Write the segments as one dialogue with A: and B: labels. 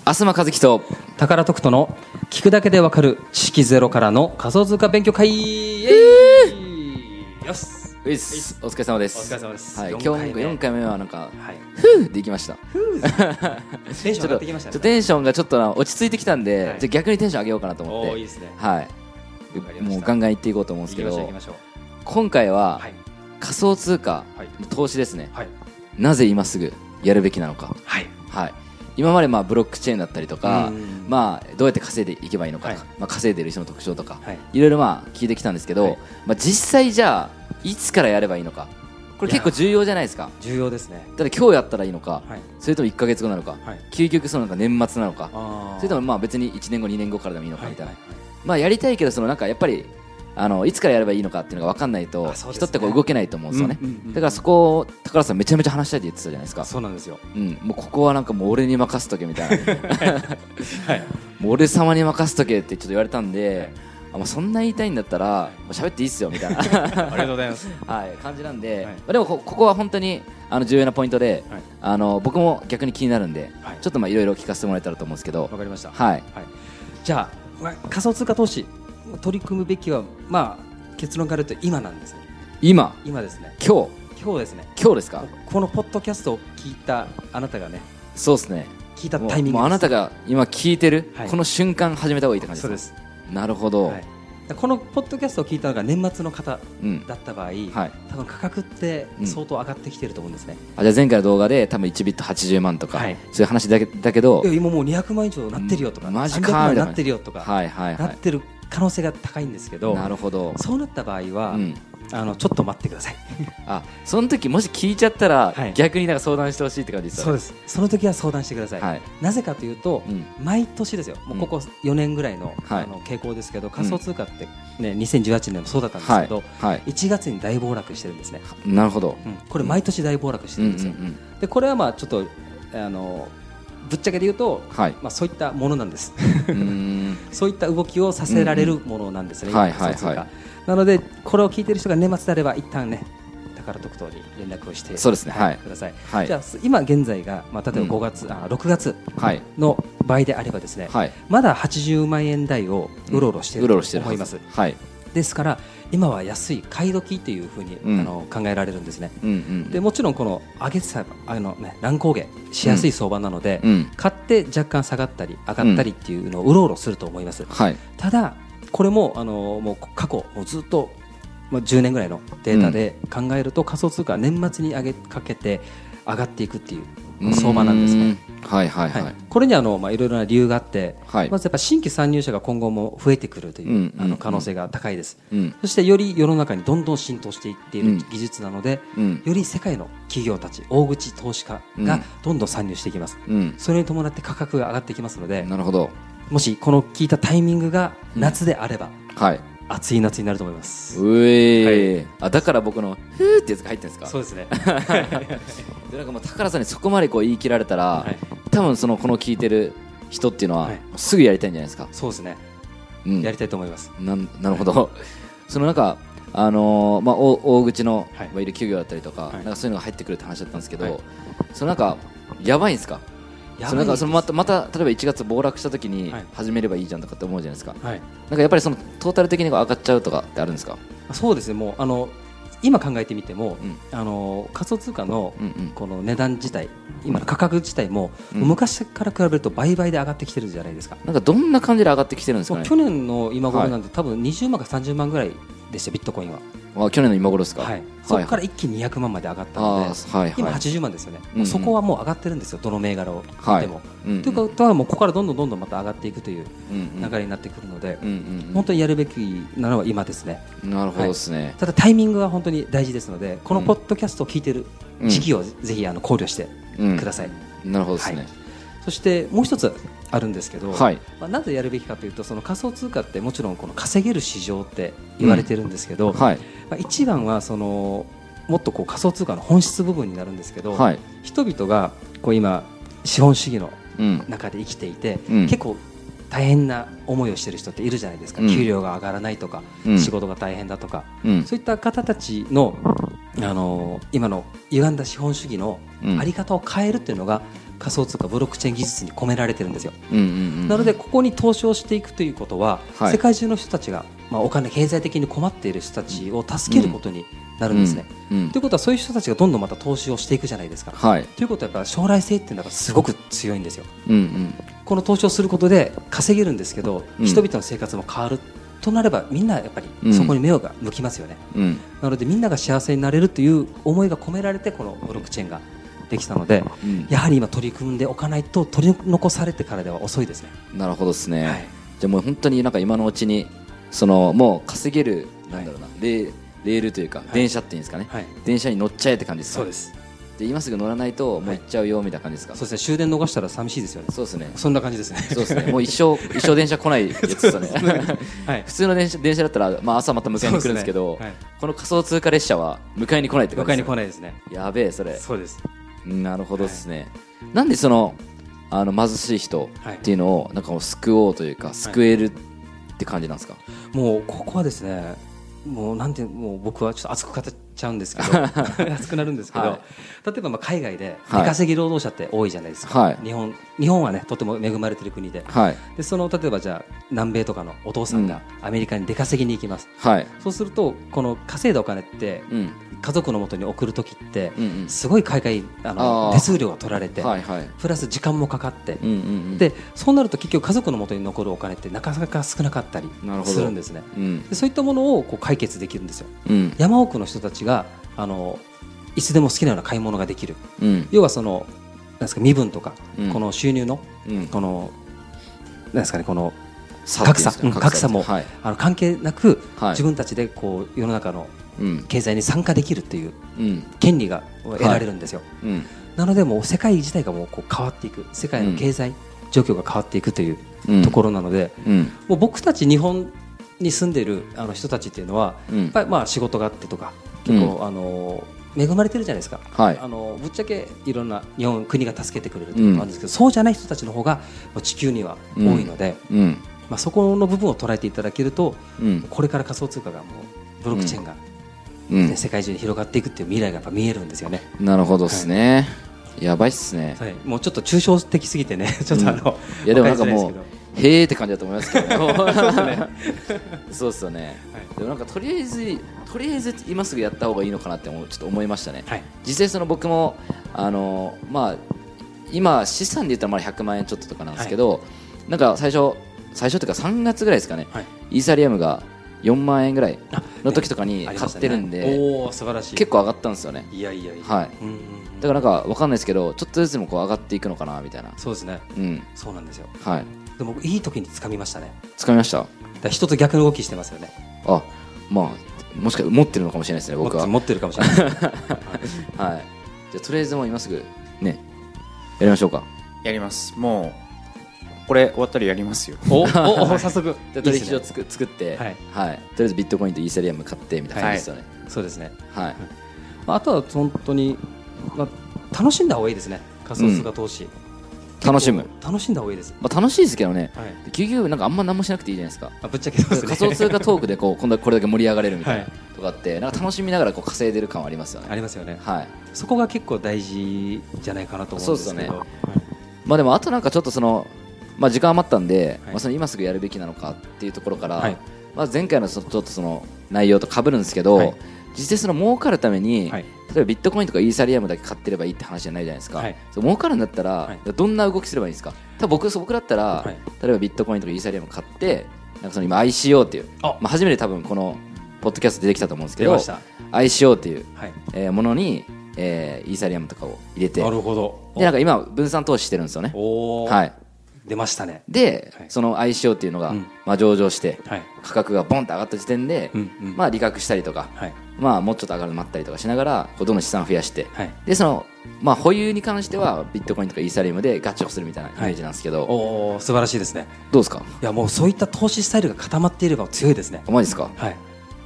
A: 東和樹と
B: 宝徳人の聞くだけでわかる知識ゼロからの仮想通貨勉強会イエーイよし
A: ういっすお疲れ様です
B: お疲れ様です
A: はい、今日
B: 四回目
A: 4回目はなんか
B: はい
A: ふうできました
B: テンション上がってきまし
A: ちょ
B: た
A: っ
B: ね
A: とテンションがちょっとな落ち着いてきたんで、
B: はい
A: じゃあ逆にテンション上げようかなと思っ
B: おーいい
A: て
B: ですね
A: はい
B: わかりました
A: もうガンガンいっていこうと思うん
B: 行
A: ですけど
B: きましょう行きましょう
A: 今回は
B: はい
A: 仮想通貨
B: はい
A: の投資ですね、
B: はい
A: なぜ今すぐやるべきなのか、
B: はい
A: はい、今までまあブロックチェーンだったりとか
B: うん、
A: まあ、どうやって稼いでいけばいいのかとか、
B: はい
A: まあ、稼いでる人の特徴とか、
B: はい
A: いろいろまあ聞いてきたんですけど、
B: はい
A: まあ、実際じゃあいつからやればいいのかこれ結構重要じゃないですか
B: 重要ですね
A: ただ今日やったらいいのか、
B: はい
A: それとも1か月後なのか、
B: はい
A: 究極そのなんか年末なのか
B: あ
A: それと
B: も
A: もまあ別に1年後2年後からでもいいのか
B: はい
A: みたいな、
B: はい
A: まあ、やりたいけどそのなんかやっぱりあのいつからやればいいのかっていうのが分かんないと、
B: あそうです
A: 人
B: ね
A: ってこう動けないと思うんですよね、
B: うんうんうん
A: だからそこを高田さんめちゃめちゃ話したいって言ってたじゃないですか
B: そうなんですよ
A: うん、もうここはなんかもう俺に任せとけみたいな
B: はい
A: もう俺様に任せとけってちょっと言われたんで、あまあ、そんな言いたいんだったら、まあ、喋っていいっすよみたいな、
B: ありがとうございます
A: はい、感じなんで、
B: はい
A: まあ、でもこここは本当にあの重要なポイントで、
B: はい
A: あの僕も逆に気になるんで、
B: はい
A: ちょっとまあいろいろ聞かせてもらえたらと思うんですけど
B: わ、かりました
A: はい、
B: はい、じゃあ、まあ仮想通貨投資取り組むべきは、まあ、結論から言うと今なんですね
A: 今
B: 今ですね
A: 今日
B: 今日ですね
A: 今日ですか
B: このポッドキャストを聞いたあなたがね
A: そうですね
B: 聞いた
A: もう
B: タイミング
A: もうあなた
B: が
A: が今聞いてる、
B: はい
A: この瞬間始めた方がいいって感じ
B: そう
A: で
B: ですす、
A: かなるほど、
B: はい、このポッドキャストを聞いたのが年末の方
A: うん
B: だった場合、
A: はい、
B: 多分価格って
A: うん
B: 相当上がってきてると思うんですね、
A: あじゃあ前回の動画で多分1ビット80万とか、
B: はい
A: そういう話だけだけど
B: いや今もう200万以上なってるよとか、
A: うんマジか
B: 300
A: みた
B: 万
A: いな
B: なってるよとか、
A: はいはいは
B: なっ
A: い
B: てる可能性が高いんですけど
A: なるほど
B: そうなった場合は、
A: うん
B: あのちょっと待ってくだ さい
A: あその時もし聞いちゃったら、
B: はい
A: 逆になんか相談してほしいって感じですよね
B: す その時は相談してください、
A: はい
B: なぜかというと、
A: うん
B: 毎年ですよ、もうここ4年ぐらいの,、
A: はい
B: あの傾向ですけど、仮想通貨って、ね、2018年もそうだったんです
A: は
B: け
A: い
B: ど、
A: はい
B: 1月に大暴落してるんですね、
A: なるほど
B: うんこれ、毎年大暴落して
A: うんう
B: る
A: んん
B: ですよ、
A: うん
B: でこれはまあちょっとあのぶっちゃけで言うと、
A: はい
B: まあ、そういったものなんです、
A: うーん
B: そういった動きをさせられるものなんですね、
A: うんうん
B: 今仮想通貨
A: はいはいは
B: なので、これを聞いてる人が年末であれば、一旦ね、宝特等に連絡をして
A: そうですねはい
B: ください。
A: はい
B: じゃあす今現在が、まあ、例え
A: うん
B: ば5月、あ6月
A: はい
B: の場合であればですね、
A: はい
B: まだ80万円台をうろうろしてい
A: うんうろう
B: る
A: ろして
B: と
A: るは
B: 思
A: ず
B: います、
A: はい
B: ですから今は安い買い時というふうに、
A: うん
B: あの考えられるんですね、
A: うんうん
B: でもちろんこの上げさあの、ね、乱高下しやすい相場なので、
A: うん
B: 買って若干下がったり上がったりっていうのをうろうろすると思います、
A: はい
B: ただこれもあのもう過去もうずっとまあ10年ぐらいのデータで考えると、仮想通貨は年末に上げかけて上がっていくっていう相場なんですね。
A: うーんはいはいは、
B: はいい、これにはあの、まあ、いろいろな理由があって、
A: はい
B: まずやっぱ新規参入者が今後も増えてくるという、
A: うんうんうん
B: あの可能性が高いです、
A: うん
B: そしてより世の中にどんどん浸透していっている
A: うん
B: 技術なので、
A: うん
B: より世界の企業たち大口投資家
A: うん
B: がどんどん参入していきます、
A: うん
B: それに伴って価格が上がってきますので
A: なるほど
B: もしこの聞いたタイミングが夏であれば、
A: はい
B: 暑い夏になると思います
A: うえーあだから僕の「ふー」ってやつが入ってるんですか
B: うですね
A: でなんかもう宝さんにそこまでこう言い切られたら、
B: はい
A: 多分そのこの聞いてる人っていうのは、
B: はい
A: すぐやりたいんじゃないですか、
B: そうですね
A: うん、
B: やりたいと思います、
A: なんなるほど そのなんかあのーまあ、大大口の、
B: はい
A: まあ、いる企業だったりとか,、
B: い
A: なんかそういうのが入ってくるって話だったんですけど、
B: はい
A: そのなんかやばいんですか
B: やばい
A: そのなんかそのま
B: で
A: たまた例えば1月暴落した時に
B: はい
A: 始めればいいじゃんとかって思うじゃないですか、
B: すはい
A: なんかやっぱりそのトータル的にこう上がっちゃうとかってあるんですか
B: そうですね、もうあの今考えてみても、
A: うん
B: あの仮想通貨の
A: うんうん
B: この値段自体、今の価格自体も、
A: うん
B: 昔から比べると倍々で上がってきてるじゃないですか。
A: なんかどんな感じで上がってきてるんですか
B: もう
A: ね
B: 去年の今頃なん
A: は
B: で、多分20万か30万ぐらいでした、ビットコインは。
A: あ去年の今頃ですか、
B: はい、そこから一気に200万まで上がったので、
A: あーはいはい
B: 今80万ですよね、
A: うんうん
B: そこはもう上がってるんですよ、どの銘柄を
A: は
B: 買
A: い
B: っても。
A: うんうん
B: ということは、もうここからどんどんどんどんまた上がっていくという
A: うんうん
B: 流れになってくるので、
A: うんうんうん
B: 本当にやるべきなのは今ですね。
A: なるほどですね、
B: ただタイミングが本当に大事ですのでこのポッドキャストを聞いてる時期をぜひあの考慮して
A: うん
B: ください、
A: なるほどですね
B: そしてもう一つあるんですけど、
A: はい
B: まあ、なぜやるべきかというとその仮想通貨ってもちろんこの稼げる市場って言われてるんですけど、
A: はい
B: まあ、一番はそのもっとこう仮想通貨の本質部分になるんですけど、
A: はい
B: 人々がこう今資本主義の
A: うん
B: 中で生きていて、
A: うん
B: 結構大変な思いをしてる人っているじゃないですか、
A: うん
B: 給料が上がらないとか、
A: うん
B: 仕事が大変だとか、
A: うん
B: そういった方たちの、あの今の歪んだ資本主義の
A: うん
B: あり方を変えるっていうのが仮想通貨ブロックチェーン技術に込められてるんですよ。
A: うんうんうん
B: なのでここに投資をしていくということは、
A: はい
B: 世界中の人たちが、まあ、お金経済的に困っている人たちを助けることになるんですね。
A: うんうん
B: ということはそういう人たちがどんどんまた投資をしていくじゃないですか。
A: はい
B: ということはやっぱ将来性っていうのがすごく強いんですよ。
A: うんうん
B: この投資をすることで稼げるんですけど、
A: うん
B: 人々の生活も変わるとなればみんなやっぱ
A: う
B: り
A: ん
B: そこに目をが向きますよね。
A: うん
B: なのでみんなが幸せになれるという思いが込められてこのブロックチェーンができたので、
A: うん
B: やはり今取り組んでおかないと取り残されてからでは遅いですね。
A: なるほどですね、
B: はい
A: じゃあもう本当になんか今のうちにそのもう稼げる
B: は
A: ないんだろうな、レレールというか、
B: い
A: 電車っていうんですかね、
B: はい
A: 電車に乗っちゃえって感じですか
B: す。
A: で今すぐ乗らないともう行っちゃうよみたいな感じですか、
B: そう
A: そ
B: ですね終電逃したら寂しいですよね。
A: うですね
B: そんな感じですね。
A: そうですねもう一生一生電車来ないやつですよね
B: はい
A: 普。通の電車電車だったら、まあ、朝また迎えに来るんですけど
B: そうですね
A: この仮想通貨列車は迎えに来ないって感
B: 迎
A: じ
B: えに
A: です
B: 来
A: ね
B: ないですね。
A: やべえそれ
B: そうです。
A: なるほどですね、なんでそのあの貧しい人っていうのをなんかもう救おうというか救えるって感じなんですか、
B: もうここはですね。もうなんてもう僕はちょっと熱く語っちゃうんですけ ど熱くなるんですけど、
A: はい
B: 例えばまあ海外で
A: はい
B: 出稼ぎ労働者って多いじゃないですか、
A: はい
B: 日本日本はねとても恵まれてる国で
A: はい
B: でその例えばじゃあ南米とかのお父さんがアメリカに出稼ぎに行きます、
A: はい
B: そうするとこの稼いだお金って
A: うん
B: 家族のもとに送る時って
A: うん
B: すごい海外あ
A: あ
B: の
A: ー
B: 手数料が取られ
A: う
B: て
A: んはいはい
B: プラス時間もかかって
A: うんうんうん
B: でそうなると結局家族のもとに残るお金ってなかなか少なかったり
A: なるほど
B: するんですね
A: うん
B: でそういったものをこう解決できるんですよ
A: うん
B: 山奥の人たちがあのいつでも好きなような買い物ができる
A: うん
B: 要はそのなんですか身分とか、
A: うん
B: この収入の
A: うん
B: このなんですかねこの
A: 差
B: 格差
A: っていうんです
B: うん
A: か
B: 格差も、
A: はい
B: あの関係なく、
A: はい
B: 自分たちでこう世の中の
A: うん
B: 経済に参加できるっていう
A: うん
B: 権利が得られるんですよ、
A: うん
B: なのでもう世界自体がもうこう変わっていく世界の経済状況が変わっていくという
A: うん
B: ところなので、
A: うん
B: もう僕たち日本に住んでるあの人たちっていうのは、
A: うん
B: やっぱりまあ仕事があってとか結構、あの恵まれてるじゃないですか、
A: はい
B: あのぶっちゃけいろんな日本国が助けてくれるって
A: う
B: い
A: ん
B: うのもあるんですけど、そうじゃない人たちの方がまあ地球には多いので、
A: うん
B: まあ、そこの部分を捉えていただけると
A: うん
B: これから仮想通貨がもうブロックチェーンが、
A: うん
B: ね世界中に広がっていくっていう未来がやっぱ見えるんですよね。
A: なるほどですねやばいっすね
B: はい、もうちょっと抽象的すぎてね、 ちょっとあの、
A: いやでもなんか
B: わ
A: も
B: りづらいです
A: うへえって感じだと思いますけ どねそうっすよね
B: はい
A: でもなんかとりあえずとりあえず今すぐやった方がいいのかなって思うちょっと思いましたね
B: けどはい、
A: 実際その僕もあのまあ今資産で言ったらまだ100万円ちょっととかなんですけど、なんか最初最初というか3月ぐらいですかね、
B: はい
A: イーサリアムが4万円ぐらい
B: あ
A: の時とかに
B: あ
A: 買
B: りま
A: っ
B: したね
A: てるんで、
B: おお、素晴らしい。
A: 結構上がったんですよね
B: いやいやいや、
A: はい
B: うんうんうん
A: だからなんかわかんないですけどちょっとずつでもこう上がっていくのかなみたいな
B: そうですね、
A: うん
B: そうなんですよ。
A: はい
B: でも、いい時に掴みましたね。
A: 掴みました
B: だから人と逆の動きしてますよね。
A: あまあもしか持ってるのかもしれないですね僕は
B: 持って持ってるかもし れない。
A: はいじゃあとりあえずもう今すぐねやりましょうか
C: やりますもうこれ終わったらやりますよ
B: お、お、お早速、
A: じゃあ
B: いい
A: 取
B: で
A: 引
B: すね
A: 所つく作って
B: はい
A: はい、とりあえずビットコインとイーサリアム買ってみたいな感じですよね
B: そうですね。
A: はい、
B: まあ、あとは本当に、まあ、楽しんだ方がいいですね。仮想通貨投資、
A: 楽しむ、。
B: 楽しんだ方がいいです。
A: まあ、楽しいですけどね
B: はい。
A: 結局なんかあんま何もしなくていいじゃないですか
B: あ、ぶっちゃけそうですね。
A: 仮想通貨トークでこう今度はこれだけ盛り上がれるみたいな
B: はい
A: とかってなんか楽しみながらこう稼いでる感はありますよ
B: あ
A: ね
B: りますよね。
A: はい
B: そこが結構大事じゃないかなと思うんですけど。
A: そうまあでもあとなんかちょっとそのまあ時間余ったんで、
B: はい
A: まあその今すぐやるべきなのかっていうところから、
B: はい
A: まあ前回のそのちょっとその内容と被るんですけど、
B: はい
A: 実際その儲かるために、
B: はい
A: 例えばビットコインとかイーサリアムだけ買ってればいいって話じゃないじゃないですか、
B: はい
A: そう儲かるんだったら、
B: はい
A: どんな動きすればいいですか多分僕そう僕だったら、
B: はい
A: 例えばビットコインとかイーサリアム買ってなんかその今 ICO っていう
B: あ
A: まあ、初めて多分このポッドキャスト出てきたと思うんですけ
B: 出
A: ど
B: ました。
A: ICO っていう、
B: はい。
A: えーものに、えーイーサリアムとかを入れて
B: なるほど。
A: でなんか今分散投資してるんですよね
B: おお、
A: はい
B: 出ましたね。
A: で、
B: はい
A: その ICO っていうのが、
B: うん
A: まあ、上場して
B: はい。
A: 価格がボンと上がった時点で、
B: うんうん
A: まあ、利確したりとか、
B: はい。
A: まあ、もうちょっと上がるの待ったりとかしながらこうどんどん資産を増やして、
B: はい
A: でその、まあ、保有に関してはビットコインとかイーサリアムでガチをするみたいなイメージなんですけど、
B: おお、素晴らしいですね。
A: どうですか
B: いや、もうそういった投資スタイルが固まっていれば強いですね。
A: マジですか
B: はい。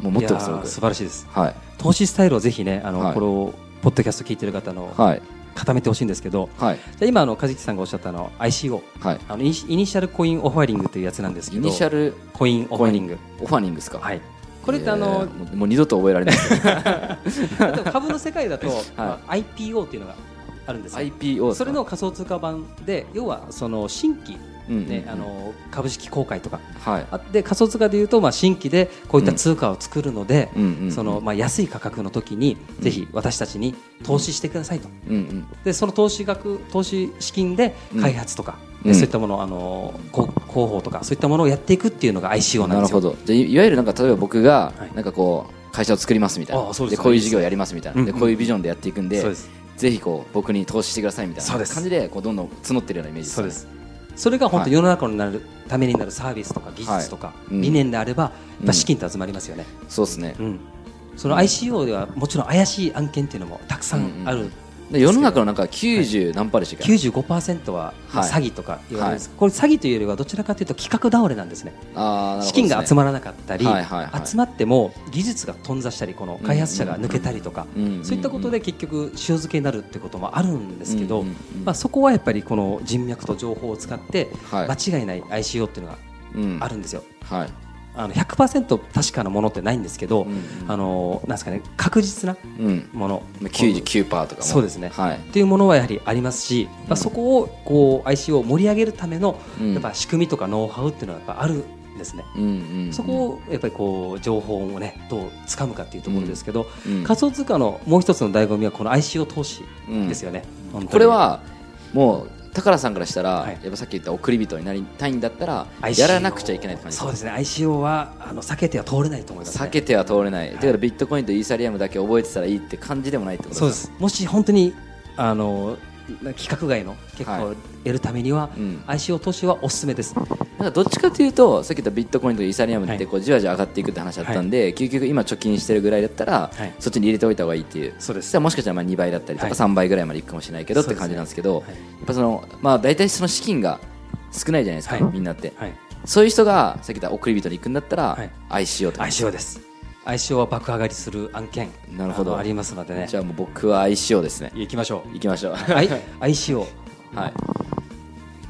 A: もう持ってます
B: いや
A: よ
B: ー
A: 僕
B: 素晴らしいです。
A: はい
B: 投資スタイルをぜひね、あの、
A: はい
B: これをポッドキャスト聞いてる方の、
A: はい
B: 固めてほしいんですけど。
A: はい
B: じゃあ今あの梶木さんがおっしゃったあの ICO、
A: はい
B: あのイニシイニシャルコインオファリングというやつなんですけ
A: イ
B: ど、
A: ニシャル
B: コインオファリング、
A: オファリングですか、
B: はい。これってあ
A: え
B: の
A: ーもう もう二度と覚えられないですけど
B: 例えば株の世界だと、まあ IPO っていうのがあるんですよ
A: IPO
B: それの仮想通貨版で要はその新規、ねあの株式公開とか
A: はい
B: あで仮想通貨でいうとまあ新規でこういった通貨を作るので、
A: うんうんうん
B: そのまあ安い価格の時に
A: ん
B: ぜひ私たちに投資してくださいと、
A: うんうん
B: でその投資額投資資金で
A: うん
B: 開発とか、
A: うん
B: でそういったものあのこ広報とかそういったものをやっていくっていうのが ICO なん
A: な
B: で
A: る
B: すよ
A: ほどじゃあいいわゆるなんか例えば僕が
B: はい
A: なんかこう会社を作りますみたいな
B: あそうです
A: こういう事業やりますみたいなで
B: うん
A: こういうビジョンでやっていくんで
B: そうです
A: ぜひこう僕に投資してくださいみたい
B: そう
A: な
B: です
A: 感じでこうどんどん募ってるようなイメージ
B: そうで
A: ですす
B: それが本
A: は
B: 当
A: い
B: 世の中になるためになるサービスとか技術とか
A: いうん
B: 理念であれば、やっ
A: うん
B: ぱ資金って集まりますよね、
A: よねそうですね
B: うんその ICO ではもちろん怪しい案件っていうのもたくさんある、
A: うんうんで世の中のなんか90何パーでしたっけ
B: 95%はまあ
A: はい
B: 詐欺とか言われるんです、これ詐欺というよりはどちらかというと企画倒れなんですね
A: あーなるほどですね
B: 資金が集まらなかったり、
A: はいはいはい
B: 集まっても技術が頓挫したりこの開発者が抜けたりとか、
A: うんうんうん
B: そういったことで結局塩漬けになるってこともあるんですけど、
A: うんうんうん
B: まあ、そこはやっぱりこの人脈と情報を使って
A: はい
B: 間違いない ICO っていうのが
A: うん
B: あるんですよ。
A: はい
B: あの100%確かなものってないんですけど、
A: うんうん
B: あのなんですかね確実な
A: うん
B: もの
A: まあ99パーとかも
B: そうですね
A: はい
B: っていうものはやはりありますし、ま
A: う
B: あ、
A: ん
B: そこをこう ICO を盛り上げるための
A: うん
B: やっぱ仕組みとかノウハウっていうのはやっぱあるんですね。
A: うんうんうん
B: そこをやっぱりこう情報をねどう掴むかっていうところですけど、
A: うん
B: 仮想通貨のもう一つの醍醐味はこの ICO 投資ですよね。本当に
A: これはもう宝さんからしたら、
B: はい
A: やっぱさっき言った送り人になりたいんだったら
B: ICO
A: やらなくちゃいけないって感じ
B: そうですね ICO はあの避けては通れないと思います、ね。
A: 避けては通れない、だからビットコインとイーサリアムだけ覚えてたらいいって感じでもないってこと
B: そうです。もし本当にあの規格外の結果
A: は
B: を
A: い
B: 得るためには、
A: うん
B: ICO 投資はおすすめです。
A: なんかどっちかというとさっき言ったビットコインとかイーサリアムっ
B: は
A: て
B: い
A: こうじわじわ上がっていくって話だったんで、究極今貯金してるぐらいだったら、
B: はい
A: そっちに入れておいた方がいいっていう
B: そうです
A: そしたらもしかしたらまあ2倍だったりとか
B: はい
A: 3倍ぐらいまでいくかもしれないけどっ
B: そ
A: て
B: うですね
A: 感じなんですけど
B: はい
A: やっぱその、まあ、大体その資金が少ないじゃないですか、
B: はい
A: みんなって、
B: はい。
A: そういう人がさっき言った送り人に行くんだったら、
B: はい
A: ICO とか
B: ICO です。ICO は爆上がりする案件
A: なるほど
B: あのありますのでね。
A: じゃあもう僕は ICO ですね
B: 行きましょう。
A: 行きましょう
B: はい ICO
A: はい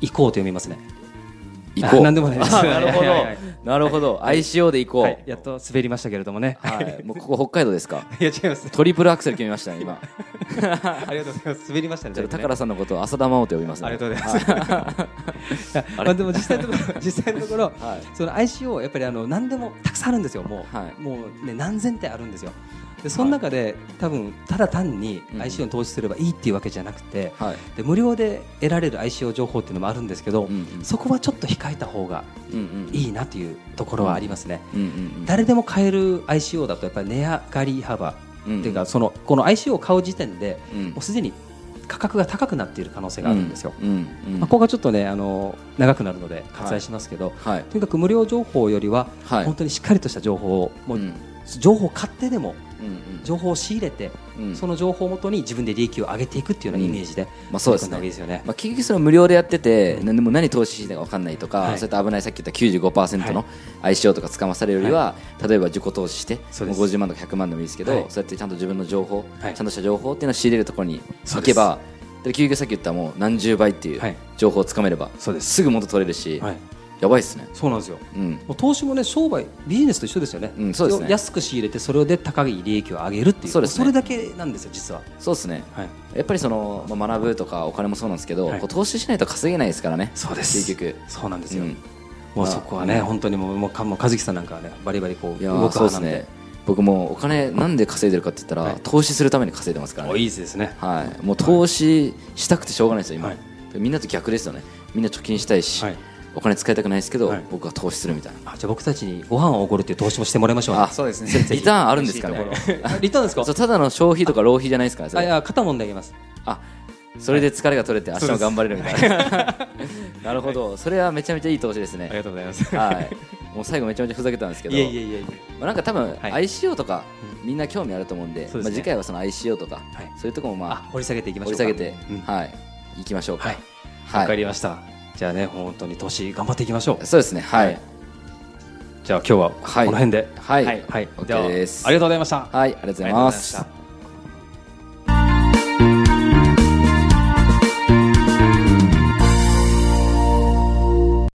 B: 移行と読みますね。
A: 行こう
B: あなんでもないです
A: あなるほど
B: はいはいはい
A: なるほど ICO で行こう
B: はい、やっと滑りましたけれどもね。
A: はい もうここ北海道ですか
B: い、いや違います。
A: トリプルアクセル決めましたね今
B: ありがとうございます。滑りましたね。
A: じゃあ
B: だ
A: 高
B: いぶね
A: 田さんのことを浅田真央と呼びますね
B: ありがとうございます。ま あでも実際のとこ ろ実際のところ、
A: はい
B: その ICO やっぱりあの何でもたくさんあるんですよ。もう、
A: はい
B: もうね何千点あるんですよ。でその中で、多分ただ単に
A: うん
B: ICO に投資すればいいっていうわけじゃなくて、
A: はい
B: で無料で得られる ICO 情報っていうのもあるんですけど、
A: うんうん
B: そこはちょっと控えた方が
A: うんうん
B: いいなというところはありますね。
A: うんうん
B: 誰でも買える ICO だとやっぱり値上がり幅って
A: うん
B: いうかそのこの ICO を買う時点で
A: うんうん
B: もうすでに価格が高くなっている可能性があるんですよ。
A: うんうん
B: まあ、ここがちょっとねあの長くなるので割愛しますけど、
A: はい
B: とにかく無料情報よりは
A: はい
B: 本当にしっかりとした情報をもう
A: うん
B: 情報を買ってでも
A: うん
B: 情報を仕入れて
A: うんうん
B: その情報をもとに自分で利益を上げていくっていうようなイメージで
A: まあそうですね
B: 取り組んだ方がいいですよね。
A: まあ、結局その無料でやってて、
B: うん
A: なでも何投資していいのか分かんないとか、
B: はい
A: そういった危ないさっき言った95%の相性とかつかまされるよりは、例えば自己投資しても
B: そう
A: う
B: です
A: 50万とか100万でもいいですけど、
B: はい
A: そうやってちゃんと自分の情報、
B: はい
A: ちゃんとした情報っていうのを仕入れるところに
B: そ
A: 行
B: うで
A: け
B: す
A: ばで究極さっき言ったもう何十倍ってい
B: は
A: う
B: い
A: 情報をつかめれば、
B: そうです
A: ぐ元取れるし、
B: はい、
A: やばいっすね。
B: そうなんですよ
A: うん
B: もう投資もね商売ビジネスと一緒ですよね,、
A: うんそうですね
B: 安く仕入れてそれで高い利益を上げるっていう
A: そうですね
B: もれだけなんですよ実は、
A: そうですね
B: はい、
A: やっぱりその、まあ、学ぶとかお金もそうなんですけど、
B: はい
A: こう投資しないと稼げないですからね
B: そうです
A: 結局
B: そうなんですよ、
A: うん
B: もうそこはね、本当にもうもうかもう和樹さんなんかはねバリバリこう
A: いや
B: 動
A: ー
B: く
A: そうで
B: 派
A: す
B: なんで
A: ね僕もうお金なんで稼いでるかって言ったら、
B: はい
A: 投資するために稼いでますから
B: お
A: ね
B: いいですね
A: はい、もう投資したくてしょうがないですよ、今、
B: はい
A: みんなと逆ですよね、みんな貯金したいし、
B: はい
A: お金使いたくないですけど、
B: はい
A: 僕は投資するみたいな、
B: あじゃあ僕たちにご飯をおごるっていう投資もしてもらいましょう、
A: あ
B: ね、
C: そうですね
A: それリターンあるんですかね、
C: 嬉し
B: あリターンです か
A: そうただの消費とか浪費じゃないですからね、そ
B: あい
A: れ
B: や肩もんであげます
A: あそれで疲れが取れて、明日も頑張れるみたいな、 なるほど、それはめちゃめちゃいい投資です
B: あり
A: ね、
B: がとうございます
A: はい、もう最後、めちゃめちゃふざけたんですけど、
B: いやいやいやいや
A: まあ、なんか多分
B: はい
A: ICO とか、みんな興味あると思うんで、
B: そうですね
A: まあ、次回はその ICO とか、
B: はい
A: そういうところもま
B: あ
A: あ
B: 掘り下げていきまし
A: 掘
B: ょう
A: り
B: か
A: 下げて、
B: うんはい
A: はい、いきましょうか。
B: わ、
A: はい
B: かりましたじゃあね本当に投資頑張っていきましょう
A: そうですね、はい、
B: じゃあ今日はこ
A: はい
B: の辺で
A: はい、
B: はい、
A: OK
B: では
A: です
B: ありがとうございました
A: はい、ありがとうございます。
B: ありがとうございました